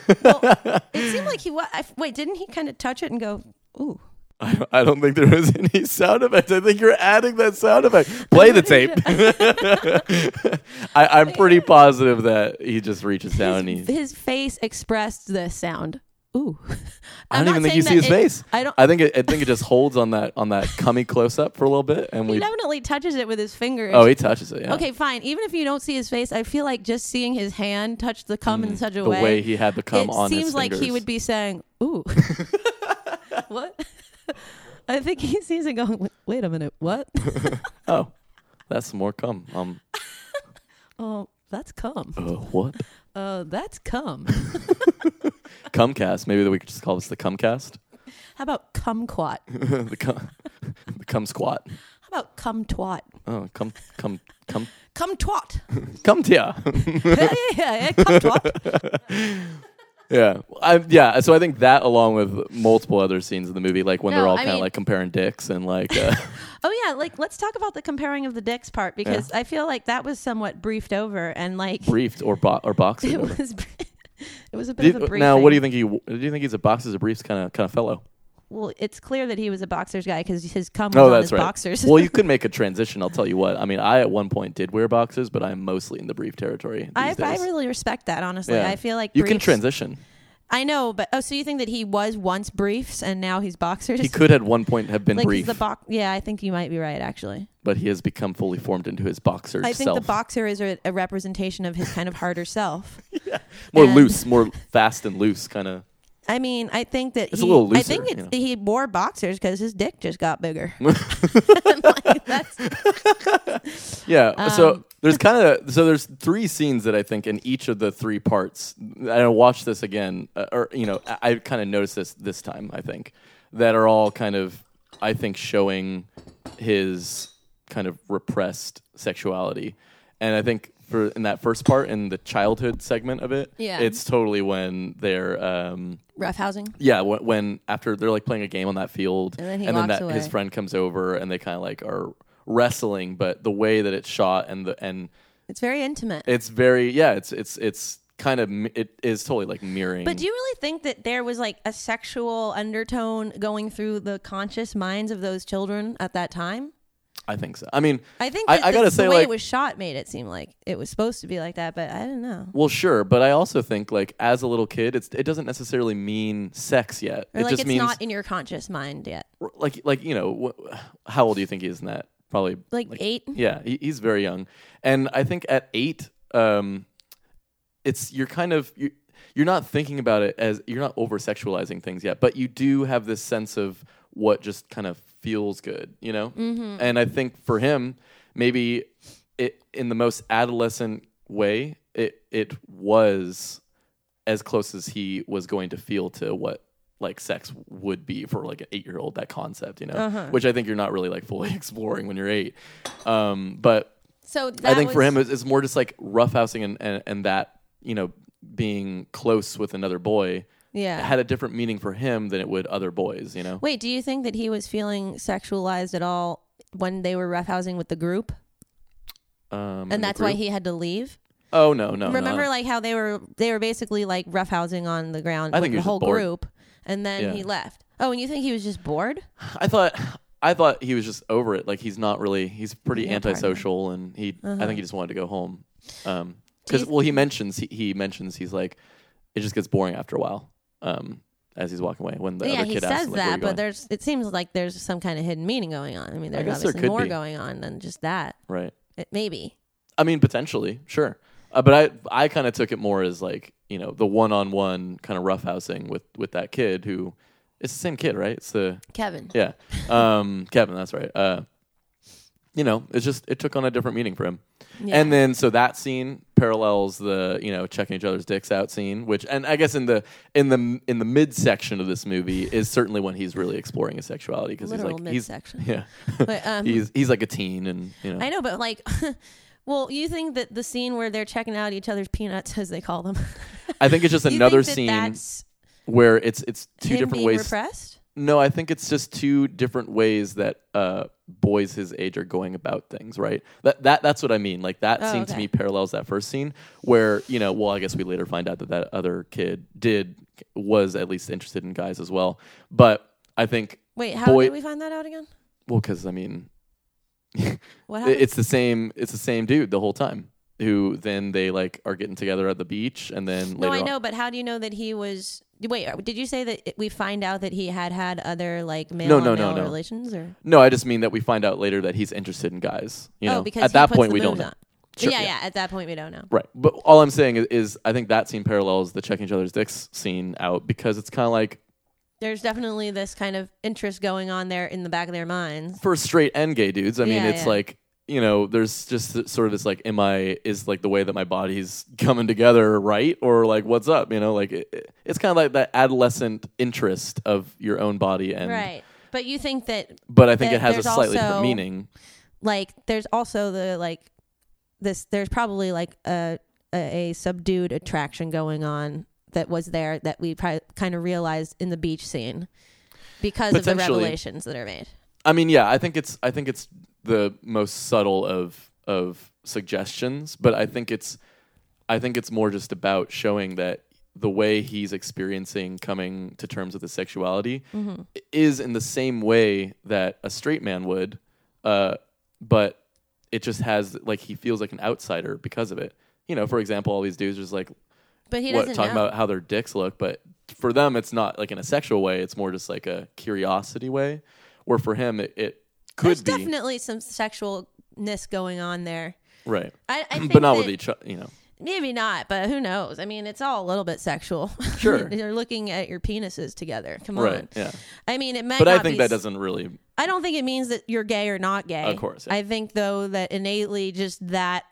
D: It seemed like he was. wait, didn't he kind of touch it and go, ooh?
C: I don't- I don't think there was any sound effects. I think you're adding that sound effect. Play the tape. I, I'm pretty positive that he just reaches down and he
D: His face expressed the sound. ooh.
C: I
D: I'm
C: don't
D: not
C: even think
D: saying
C: you
D: that
C: see his
D: it-
C: face.
D: I don't.
C: I think it, I think it just holds on that on that cummy close up for a little bit, and
D: he
C: we.
D: definitely touches it with his fingers.
C: Oh, he touches it. Yeah.
D: Okay, fine. Even if you don't see his face, I feel like just seeing his hand touch the cum in such a
C: Mm, The way,
D: way,
C: he had the cum
D: it
C: on
D: seems
C: his
D: like he
C: fingers.
D: would be saying, "Ooh, what?" I think he sees it going, "Wait a minute, what?"
C: Oh, that's more cum. Um,
D: oh, that's cum.
C: uh, what?
D: Uh, that's cum.
C: Cumcast. Maybe that we could just call this the cumcast.
D: How about cumquat?
C: the cum, the cum squat.
D: How about cum twat?
C: Oh, cum, cum, cum,
D: Cum twat.
C: cum tia.
D: yeah, yeah, yeah, cum twat.
C: yeah, I, yeah. So I think that, along with multiple other scenes in the movie, like when
D: No,
C: they're all
D: I
C: kind of
D: mean-
C: like comparing dicks and like, uh,
D: Oh yeah, like let's talk about the comparing of the dicks part because I feel like that was somewhat briefed over and like
C: briefed or bo- or boxes.
D: it
C: or whatever.
D: was it was a bit
C: Do you-
D: of a briefing.
C: now, what do you think he? Do you think he's a boxes or briefs kind of kind of fellow?
D: Well, it's clear that he was a boxers guy because his cum was
C: No,
D: on
C: Oh, that's
D: his
C: right.
D: boxers.
C: well, you could make a transition. I'll tell you what. I mean, I at one point did wear boxers, but I'm mostly in the brief territory these
D: I,
C: days.
D: I really respect that. Honestly,
C: Yeah.
D: I feel like
C: you can
D: briefs-
C: transition.
D: I know, but oh, so you think that he was once briefs and now he's boxers?
C: He could at one point have been
D: like 'cause
C: brief,
D: the box. Yeah, I think you might be right. Actually,
C: but he has become fully formed into his boxer
D: I think
C: self.
D: the boxer is a, a representation of his kind of harder self.
C: more
D: and-
C: loose, more fast and loose, kind of.
D: I mean, I think that
C: It's a
D: he,
C: little
D: I think
C: looser,
D: it's, he wore boxers because his dick just got bigger. that's,
C: Yeah. so
D: Um,
C: there's kind of so there's three scenes that I think in each of the three parts. And I watched this again, uh, or you know, I, I kind of noticed this this time. I think that are all kind of I think showing his kind of repressed sexuality, and I think for in that first part in the childhood segment of it,
D: Yeah.
C: it's totally when they're. Um,
D: rough housing.
C: yeah, when, when after they're like playing a game on that field,
D: And then he walks
C: that,
D: away.
C: his friend comes over, and they kind of like are wrestling, but the way that it's shot and the and
D: It's very intimate.
C: it's very yeah, it's it's it's kind of mi- it is totally like mirroring.
D: But do you really think that there was like a sexual undertone going through the conscious minds of those children at that time?
C: I think so. I mean,
D: I think
C: I-
D: that
C: I
D: the,
C: gotta
D: the
C: say,
D: way
C: like-
D: it was shot made it seem like it was supposed to be like that, but I don't know.
C: well, sure, but I also think like as a little kid, it's it doesn't necessarily mean sex yet.
D: Or
C: it
D: like
C: just
D: it's
C: means
D: not in your conscious mind yet.
C: like like you know, wh- how old do you think he is in that? Probably
D: Like, eight.
C: Yeah, he, he's very young, and I think at eight, um, it's you're kind of you you're not thinking about it as you're not over sexualizing things yet, but you do have this sense of what just kind of feels good, you know. Mm-hmm. And I think for him, maybe it in the most adolescent way, it it was as close as he was going to feel to what like sex would be for like an eight year old that concept you know which i think you're not really like fully exploring when you're eight um but
D: So that
C: i think for
D: was-
C: him it's, it's more just like roughhousing and, and and that you know being close with another boy
D: Yeah.
C: had a different meaning for him than it would other boys you know
D: Wait, do you think that he was feeling sexualized at all when they were roughhousing with the group?
C: um in
D: And
C: the
D: that's why
C: group.
D: he had to leave?
C: oh no no no.
D: Remember like how they were they were basically like roughhousing on the ground
C: I
D: with
C: think he
D: the
C: was just
D: whole
C: bored.
D: group and then
C: Yeah.
D: he left. Oh, and you think he was just bored?
C: I thought I thought he was just over it. Like he's not really he's pretty
D: Yeah, pardon.
C: antisocial and he I think he just wanted to go home. Um
D: Uh-huh. Do you
C: 'cause cuz
D: th-
C: well he mentions he, he mentions he's like it just gets boring after a while. Um as he's walking away when the
D: yeah,
C: other
D: he
C: kid asks
D: says
C: him, like, where
D: that,
C: you
D: but
C: going?
D: there's it seems like there's some kind of hidden meaning going on. I mean, there's
C: guess there
D: obviously
C: could
D: more
C: be.
D: going on than just that.
C: right.
D: It, maybe.
C: I mean potentially, sure. Uh, but I I kind of took it more as like, you know, the one-on-one kind of roughhousing with with that kid who it's the same kid, right? It's the
D: Kevin.
C: yeah. Um Kevin, that's right. Uh you know, it's just it took on a different meaning for him.
D: Yeah.
C: And then so that scene parallels the you know checking each other's dicks out scene, which and I guess in the in the in the mid section of this movie is certainly when he's really exploring his sexuality because he's
D: Literal
C: like he's
D: midsection.
C: yeah
D: But, um,
C: he's he's like a teen and you know
D: I know, but like well, you think that the scene where they're checking out each other's peanuts as they call them.
C: I think it's just
D: you
C: another
D: think that
C: scene
D: that's
C: where it's it's two
D: him
C: different
D: being
C: ways.
D: repressed?
C: No, I think it's just two different ways that uh, boys his age are going about things, right? That that that's what I mean. Like that
D: Oh,
C: scene to
D: okay.
C: me parallels that first scene where you know, well, I guess we later find out that that other kid did was at least interested in guys as well. But I think
D: Wait, how
C: boy,
D: did we find that out again?
C: well, because I mean,
D: What
C: it-
D: happened?
C: it's the same. It's the same dude the whole time. Who then they like are getting together at the beach and then
D: no,
C: later
D: I
C: on-
D: know, but how do you know that he was Wait, are- did you say that it- we find out that he had had other like male
C: No,
D: on
C: no, no,
D: male
C: no.
D: relations or
C: No, I just mean that we find out later that he's interested in guys. You know,
D: oh because
C: at
D: he
C: that
D: puts
C: point
D: the
C: we don't.
D: moves
C: know.
D: on.
C: Sure,
D: yeah,
C: yeah.
D: yeah. At that point we don't know.
C: Right. But all I'm saying is, is I think that scene parallels the checking each other's dicks scene out because it's kind of like
D: There's definitely this kind of interest going on there in the back of their minds.
C: for straight and gay dudes. I mean,
D: Yeah,
C: it's
D: yeah.
C: like you know, there's just th- sort of this like, am I is like the way that my body's coming together right, or like what's up? You know, like it, it- it's kind of like that adolescent interest of your own body and.
D: Right. But you think that
C: But I think
D: There-
C: it has a
D: there's
C: slightly different
D: also-
C: meaning.
D: like there's also the like this there's probably like a a, a subdued attraction going on that was there that we pri- kind of realized in the beach scene because of the
C: Potentially.
D: revelations that are made.
C: I mean, yeah, I think it's I think it's the most subtle of of suggestions, but I think it's I think it's more just about showing that the way he's experiencing coming to terms with his sexuality is in the same way that a straight man would, uh, but it just has like he feels like an outsider because of it. You know, for example, all these dudes are just like
D: But he
C: what
D: doesn't
C: talking
D: know.
C: about how their dicks look, but for them it's not like in a sexual way, it's more just like a curiosity way. Where for him it, it could
D: there's
C: be
D: definitely some sexualness going on there.
C: right.
D: I, I think
C: But not
D: that-
C: with each other, you know.
D: Maybe not, but who knows? I mean, it's all a little bit sexual.
C: Sure.
D: You're looking at your penises together. Come
C: Right.
D: on.
C: Yeah.
D: I mean, it might
C: But I
D: not
C: think
D: be
C: that
D: s-
C: doesn't really
D: I don't think it means that you're gay or not gay.
C: Of course, yeah.
D: I think though that innately just that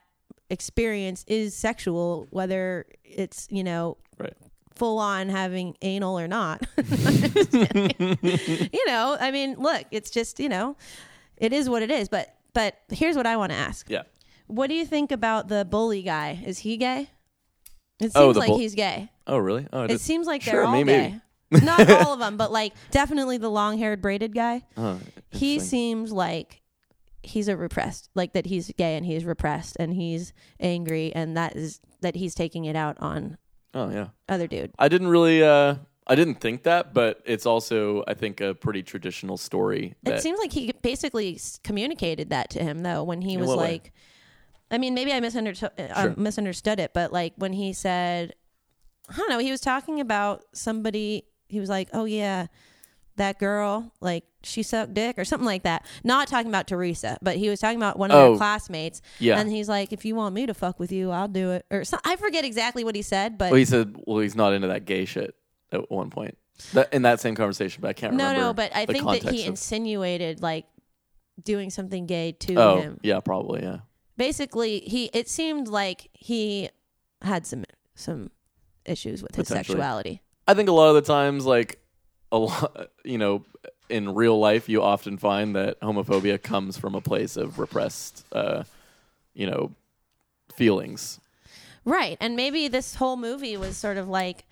D: experience is sexual, whether it's you know
C: right.
D: full on having anal or not. you know, I mean, look, it's just you know, it is what it is. But but here's what I want to ask:
C: Yeah.
D: What do you think about the bully guy? Is he gay? It seems
C: Oh, the
D: like
C: bul-
D: he's gay.
C: Oh really? Oh I
D: It
C: did-
D: seems like
C: Sure,
D: they're all
C: me-
D: gay.
C: maybe.
D: Not all of them, but like definitely the long-haired braided guy
C: oh,
D: he
C: interesting.
D: seems like he's a repressed like that he's gay and he's repressed and he's angry and that is that he's taking it out on
C: Oh yeah.
D: other dude
C: I didn't really uh I didn't think that, but it's also I think a pretty traditional story
D: it
C: that
D: seems like he basically s- communicated that to him though when he was
C: what way?
D: like i mean maybe i misunderstood uh,
C: Sure.
D: misunderstood it but like when he said i don't know he was talking about somebody he was like oh yeah that girl like she sucked dick or something like that not talking about teresa but he was talking about one of
C: Oh.
D: their classmates
C: Yeah.
D: and he's like if you want me to fuck with you i'll do it or so, i forget exactly what he said but
C: Well he said well he's not into that gay shit at one point. That, in that same conversation, but I can't
D: no
C: remember.
D: no but i
C: the
D: think that he
C: context of-
D: insinuated like doing something gay to
C: Oh,
D: him
C: yeah, probably, yeah.
D: basically he it seemed like he had some some issues with his
C: Potentially.
D: sexuality
C: I think a lot of the times, like a lot, you know, in real life, you often find that homophobia comes from a place of repressed, uh, you know, feelings.
D: right and maybe this whole movie was sort of like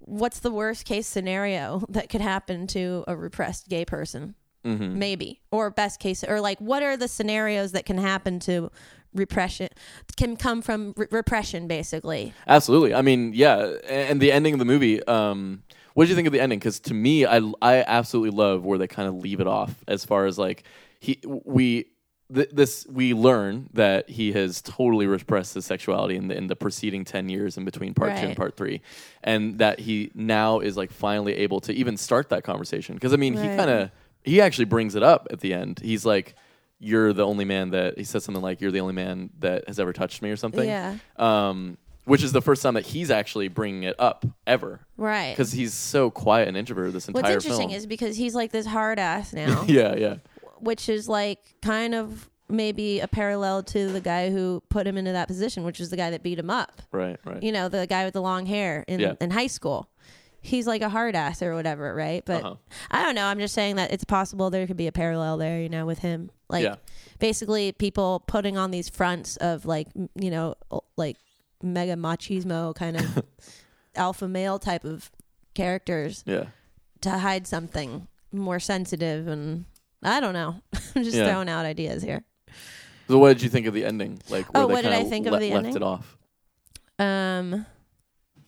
D: what's the worst case scenario that could happen to a repressed gay person
C: Mm-hmm.
D: maybe or best case or like what are the scenarios that can happen to repression can come from re- repression basically
C: Absolutely. I mean, yeah. a- And the ending of the movie. Um, what did you think of the ending? Because to me, I I absolutely love where they kind of leave it off as far as like he we. th- This we learn that he has totally repressed his sexuality in the in the preceding ten years in between part two and
D: Right.
C: part three, and that he now is like finally able to even start that conversation. Because I mean, he
D: Right.
C: kind of he actually brings it up at the end. He's like, "You're the only man that," he says something like, "You're the only man that has ever touched me" or something
D: Yeah.
C: um, which is the first time that he's actually bringing it up ever,
D: right
C: because he's so quiet and introverted this entire
D: what's interesting
C: film.
D: is because he's like this hard ass now
C: yeah, yeah,
D: which is like kind of maybe a parallel to the guy who put him into that position, which is the guy that beat him up.
C: right, right.
D: You know, the guy with the long hair in,
C: Yeah.
D: in high school. He's like a hard ass or whatever, right? But
C: Uh-huh.
D: I don't know. I'm just saying that it's possible there could be a parallel there, you know, with him. Like
C: Yeah.
D: basically people putting on these fronts of like, m- you know, o- like mega machismo kind of alpha male type of characters
C: yeah,
D: to hide something more sensitive and I don't know. I'm just
C: Yeah.
D: throwing out ideas here.
C: So, what did you think of the ending? Like, where
D: Oh,
C: they
D: what did
C: kinda
D: I think of
C: le-
D: the
C: left
D: ending?
C: it off.
D: Um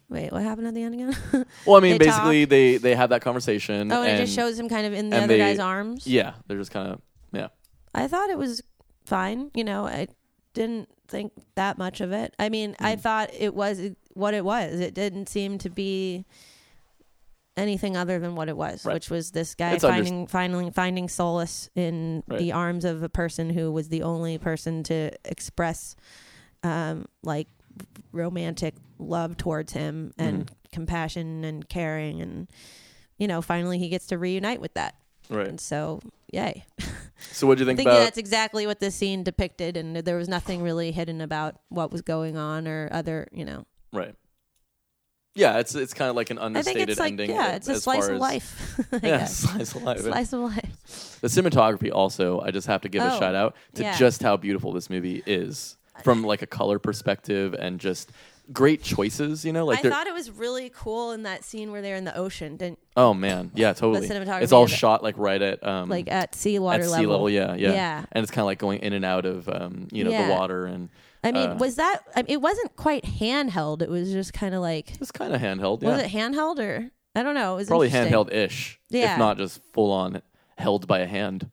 D: wait, what happened at the end again?
C: Well, I mean,
D: They
C: basically, they they have that conversation.
D: oh, and, it just shows him kind of in the
C: and
D: other
C: they-
D: guy's arms.
C: Yeah, they're just kind of yeah.
D: I thought it was fine, you know, I didn't think that much of
C: Mm.
D: it. I mean, I thought it was what it was. It didn't seem to be anything other than what it was,
C: Right.
D: which was this guy
C: It's under-
D: finding finally finding solace in
C: Right.
D: the arms of a person who was the only person to express um, like romantic love towards him and
C: Mm-hmm.
D: compassion and caring and you know finally he gets to reunite with that
C: Right.
D: and so yay
C: So what do you
D: i
C: think
D: think
C: about?
D: that's exactly what this scene depicted and there was nothing really hidden about what was going on or other you know
C: Right. Yeah, it's it's kind of like an
D: i think
C: understated
D: it's like
C: ending. uh,
D: yeah it's a
C: as
D: slice
C: far
D: of
C: as-
D: life I
C: Yeah,
D: guess.
C: slice of life.
D: slice of life
C: The cinematography also, I just have to give a
D: Oh,
C: shout out to
D: yeah.
C: just how beautiful this movie is from like a color perspective and just great choices, you know? Like
D: I
C: they're
D: thought it was really cool in that scene where they're in the ocean, didn't
C: Oh man, yeah, totally.
D: cinematography
C: It's all
D: of it.
C: shot like right at um
D: like at sea
C: at
D: water
C: sea
D: level.
C: level. yeah, yeah.
D: Yeah.
C: And it's kind of like going in and out of um, you know,
D: Yeah.
C: the water and
D: I mean,
C: uh,
D: was that? I mean, it wasn't quite handheld. It was just kind of like
C: it's kind of handheld,
D: was
C: yeah.
D: it handheld or I don't know. It was
C: Probably
D: interesting.
C: handheld-ish,
D: Yeah.
C: if not just full on held by a hand.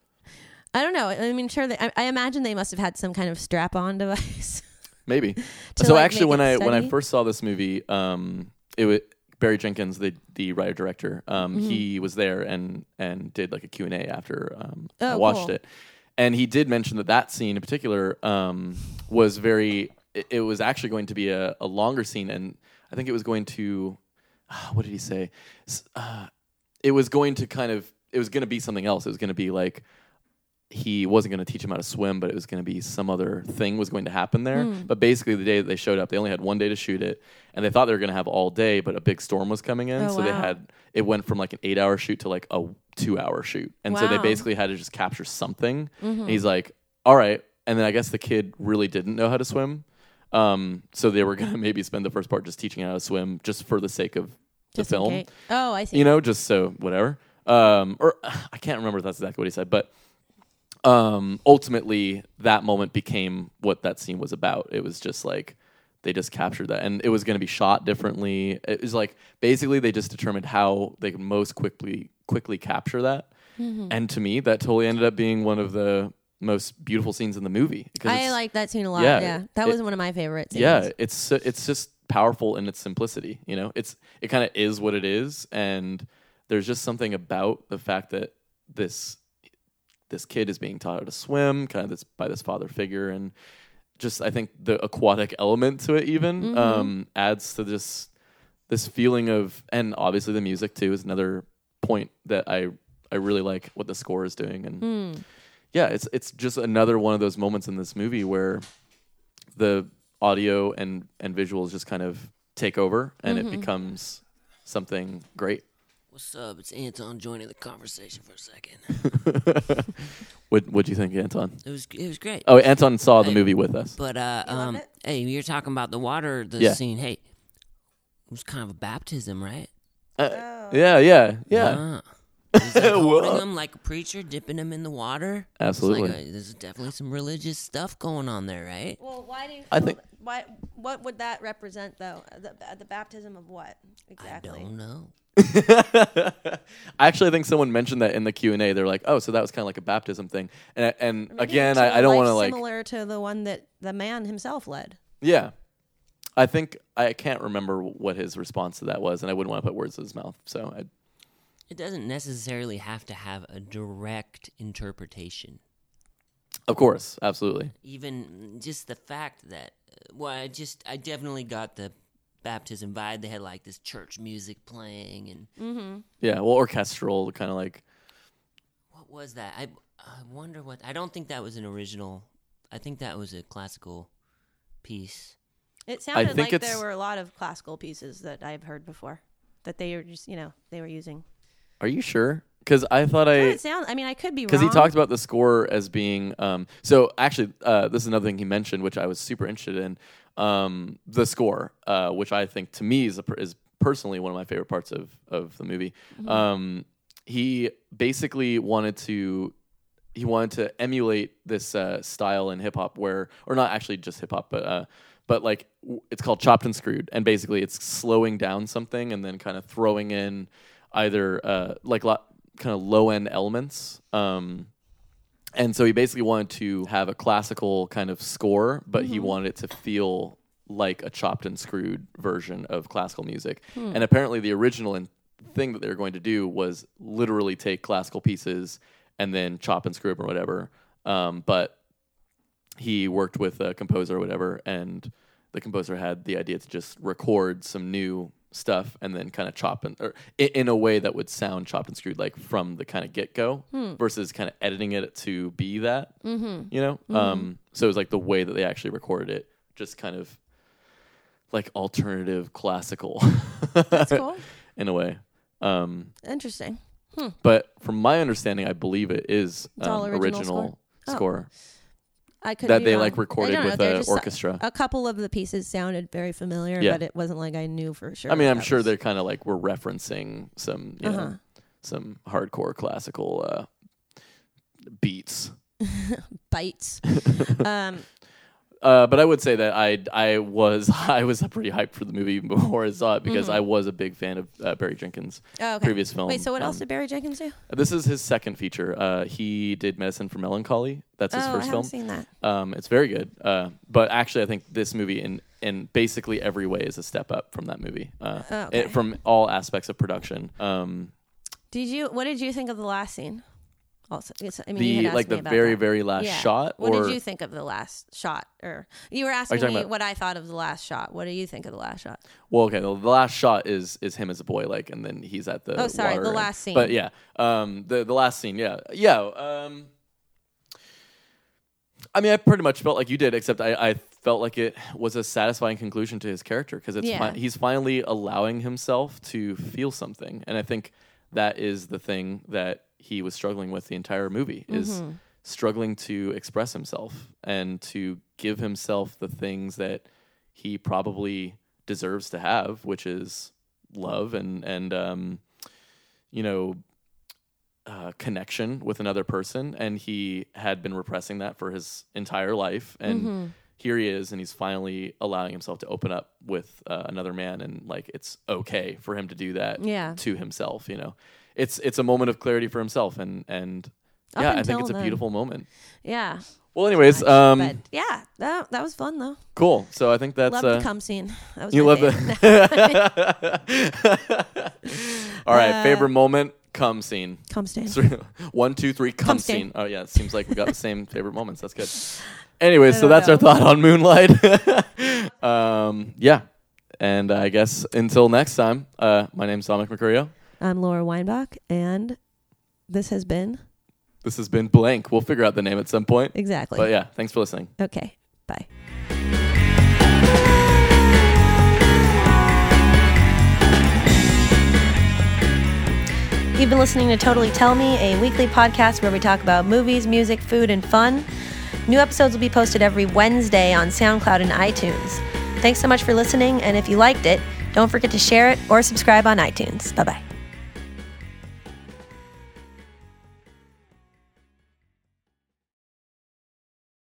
D: I don't know. I mean, sure. They, I, I imagine they must have had some kind of strap-on device.
C: Maybe.
D: To,
C: so
D: like,
C: actually,
D: make
C: when
D: it
C: I when I
D: steady?
C: first saw this movie, um, it was Barry Jenkins, the the writer director. Um,
D: Mm-hmm.
C: he was there and and did like a Q and A after um, I
D: Oh,
C: watched
D: cool.
C: it, and he did mention that that scene in particular um, was very. It, it was actually going to be a, a longer scene, and I think it was going to. ah, What did he say? S- Uh, it was going to kind of. It was going to be something else. It was going to be like he wasn't going to teach him how to swim, but it was going to be some other thing was going to happen there.
D: Hmm.
C: But basically, the day that they showed up, they only had one day to shoot it, and they thought they were going to have all day, but a big storm was coming in,
D: Oh,
C: so they
D: wow.
C: had it went from like an eight-hour shoot to like a two-hour shoot, and so
D: Wow.
C: they
D: Mm-hmm.
C: basically had to just capture something. And he's like, "All right," and then I guess the kid really didn't know how to swim, um, so they were going to maybe spend the first part just teaching how to swim, just for the sake of
D: Just
C: the
D: in
C: film
D: case. Oh, I see.
C: you know, just so whatever. Um, or I can't remember if that's exactly what he said, but um, ultimately that moment became what that scene was about. It was just like they just captured that, and it was going to be shot differently. It was like basically they just determined how they could most quickly quickly capture that.
D: Mm-hmm.
C: And to me, that totally ended up being one of the most beautiful scenes in the movie. 'cause
D: I
C: it's-
D: like that scene a lot.
C: Yeah,
D: Yeah,
C: it-
D: that was one of my favorite scenes.
C: yeah it's so- it's just powerful in its simplicity you know it's it kind of is what it is and there's just something about the fact that this this kid is being taught how to swim kind of this by this father figure and just i think the aquatic element to it even um adds to this this feeling of and obviously the music too is another point that i i really like what the score is doing and yeah it's it's just another one of those moments in this movie where the audio and and visuals just kind of take over and
D: Mm-hmm.
C: it becomes something great
E: What's up? It's Anton joining the conversation for a second.
C: what what do you think anton
E: It was it was great.
C: oh anton saw the movie with us
E: But uh, um, hey, you're talking about the water, the
C: Yeah.
E: scene. Hey, it was kind of a baptism, right?
C: Uh, yeah yeah yeah
E: Uh, he's like holding
C: Whoa.
E: him like a preacher, dipping him in the water. It's like,
C: Absolutely.
E: uh, there's definitely some religious stuff going on there, right?
D: Well, why do you?
C: I think-
D: why? What would that represent though? Uh, The, the baptism of what exactly?
E: Don't know.
C: actually i think someone mentioned that in the q&a they're like oh so that was kind of like a baptism thing and, and
D: Maybe
C: again
D: it's a
C: I, I don't
D: life
C: want to like
D: similar to the one that the man himself led.
C: yeah i think i can't remember what his response to that was and i wouldn't want to put words in his mouth so i
E: It doesn't necessarily have to have a direct interpretation.
C: of course absolutely
E: even just the fact that uh, well i just i definitely got the baptism vibe they had like this church music playing and
C: yeah well orchestral kind of like
E: what was that i i wonder what i don't think that was an original i think that was a classical piece
D: It sounded
C: think
D: like
C: it's-
D: there were a lot of classical pieces that I've heard before that they were just you know they were using.
C: are you sure because i thought i
D: It sound. I mean, I could be
C: because
D: wrong.
C: he talked about the score as being um, so actually uh, this is another thing he mentioned which i was super interested in um, the score uh, which i think to me is, a, per- is personally one of my favorite parts of, of the movie
D: Mm-hmm.
C: um, he basically wanted to he wanted to emulate this uh, style in hip hop where or not actually just hip hop but uh, but like w- it's called chopped and screwed and basically it's slowing down something and then kind of throwing in either uh, like lot kind of low end elements um, and so he basically wanted to have a classical kind of score, but he wanted it to feel like a chopped and screwed version of classical music. And apparently, the original in, thing that they were going to do was literally take classical pieces and then chop and screw them or whatever. Um, but he worked with a composer or whatever, and the composer had the idea to just record some new stuff and then kind of chop and or i- in a way that would sound chopped and screwed like from the kind of get go
D: Hmm.
C: versus kind of editing it to be that.
D: Mm-hmm.
C: You know, um, so it was like the way that they actually recorded it, just kind of like alternative classical. That's
D: cool.
C: in a way. Um,
D: Interesting.
C: but from my understanding, I believe it is
D: It's
C: um,
D: all
C: original,
D: original
C: score,
D: score. I could
C: that
D: be
C: they
D: wrong.
C: like
D: I
C: recorded
D: don't know.
C: with
D: They're
C: an
D: just-
C: orchestra.
D: A couple of the pieces sounded very familiar,
C: Yeah.
D: but it wasn't like I knew for sure.
C: I mean, I'm
D: that
C: sure
D: was- Uh-huh.
C: they're kind of like we're referencing some, you know, some hardcore classical uh, beats.
D: bites. um,
C: Uh, but I would say that I I was I was pretty hyped for the movie even before I saw it because I was a big fan of uh, Barry Jenkins'
D: oh, Mm-hmm. okay.
C: previous film.
D: Wait, so what
C: um,
D: else did Barry Jenkins do?
C: This is his second feature. Uh, he did Medicine for Melancholy. That's
D: Oh,
C: his
D: I
C: first
D: haven't
C: film.
D: seen that.
C: Um, it's very good. Uh, but actually, I think this movie in in basically every way is a step up from that movie. Uh,
D: Oh, okay.
C: it- from all aspects of production. Um,
D: Did you? What did you think of the last scene? Also, it's- I mean, you had
C: the
D: asked
C: like
D: me
C: the
D: about
C: very
D: that.
C: very last
D: Yeah.
C: shot.
D: What
C: or
D: did you think of the last shot? Or you were asking
C: talking
D: me
C: about-
D: what I thought of the last shot. What do you think of the last shot?
C: well, okay, the, the last shot is is him as a boy, like, and then he's at the
D: Oh, sorry,
C: water
D: the
C: and-
D: last scene.
C: But yeah, um, the the last scene, yeah, yeah. Um, I mean, I pretty much felt like you did, except I, I felt like it was a satisfying conclusion to his character because it's
D: Yeah.
C: fi- he's finally allowing himself to feel something, and I think that is the thing that he was struggling with the entire movie is struggling to express himself and to give himself the things that he probably deserves to have, which is love and and um, you know uh, connection with another person, and he had been repressing that for his entire life. And
D: Mm-hmm.
C: here he is, and he's finally allowing himself to open up with uh, another man, and like it's okay for him to do that
D: Yeah.
C: to himself. You know, it's it's a moment of clarity for himself, and and
D: Up
C: yeah, I
D: until
C: think it's a
D: then.
C: beautiful moment.
D: Yeah.
C: Well, anyways, um,
D: but yeah, that, that was fun though.
C: cool. So I think that's
D: Love
C: uh,
D: the cum scene. That was
C: you
D: my
C: love
D: favorite.
C: the. All right,
D: Uh,
C: favorite moment cum scene.
D: cum scene.
C: Three- One, two, three, cum,
D: Cum
C: scene.
D: stain.
C: Oh yeah, it seems like we got the same favorite moments. That's good. Anyway, so
D: don't
C: that's our
D: know.
C: thought on Moonlight. um, yeah, and I guess until next time, uh, my name's Dominic Mercurio.
D: I'm Laura Weinbach, and this has been
C: This has been blank. We'll figure out the name at some point.
D: exactly.
C: But yeah, thanks for listening.
D: Okay. Bye.
A: You've been listening to Totally Tell Me, a weekly podcast where we talk about movies, music, food, and fun. New episodes will be posted every Wednesday on SoundCloud and iTunes. Thanks so much for listening, and if you liked it, don't forget to share it or subscribe on iTunes. Bye bye.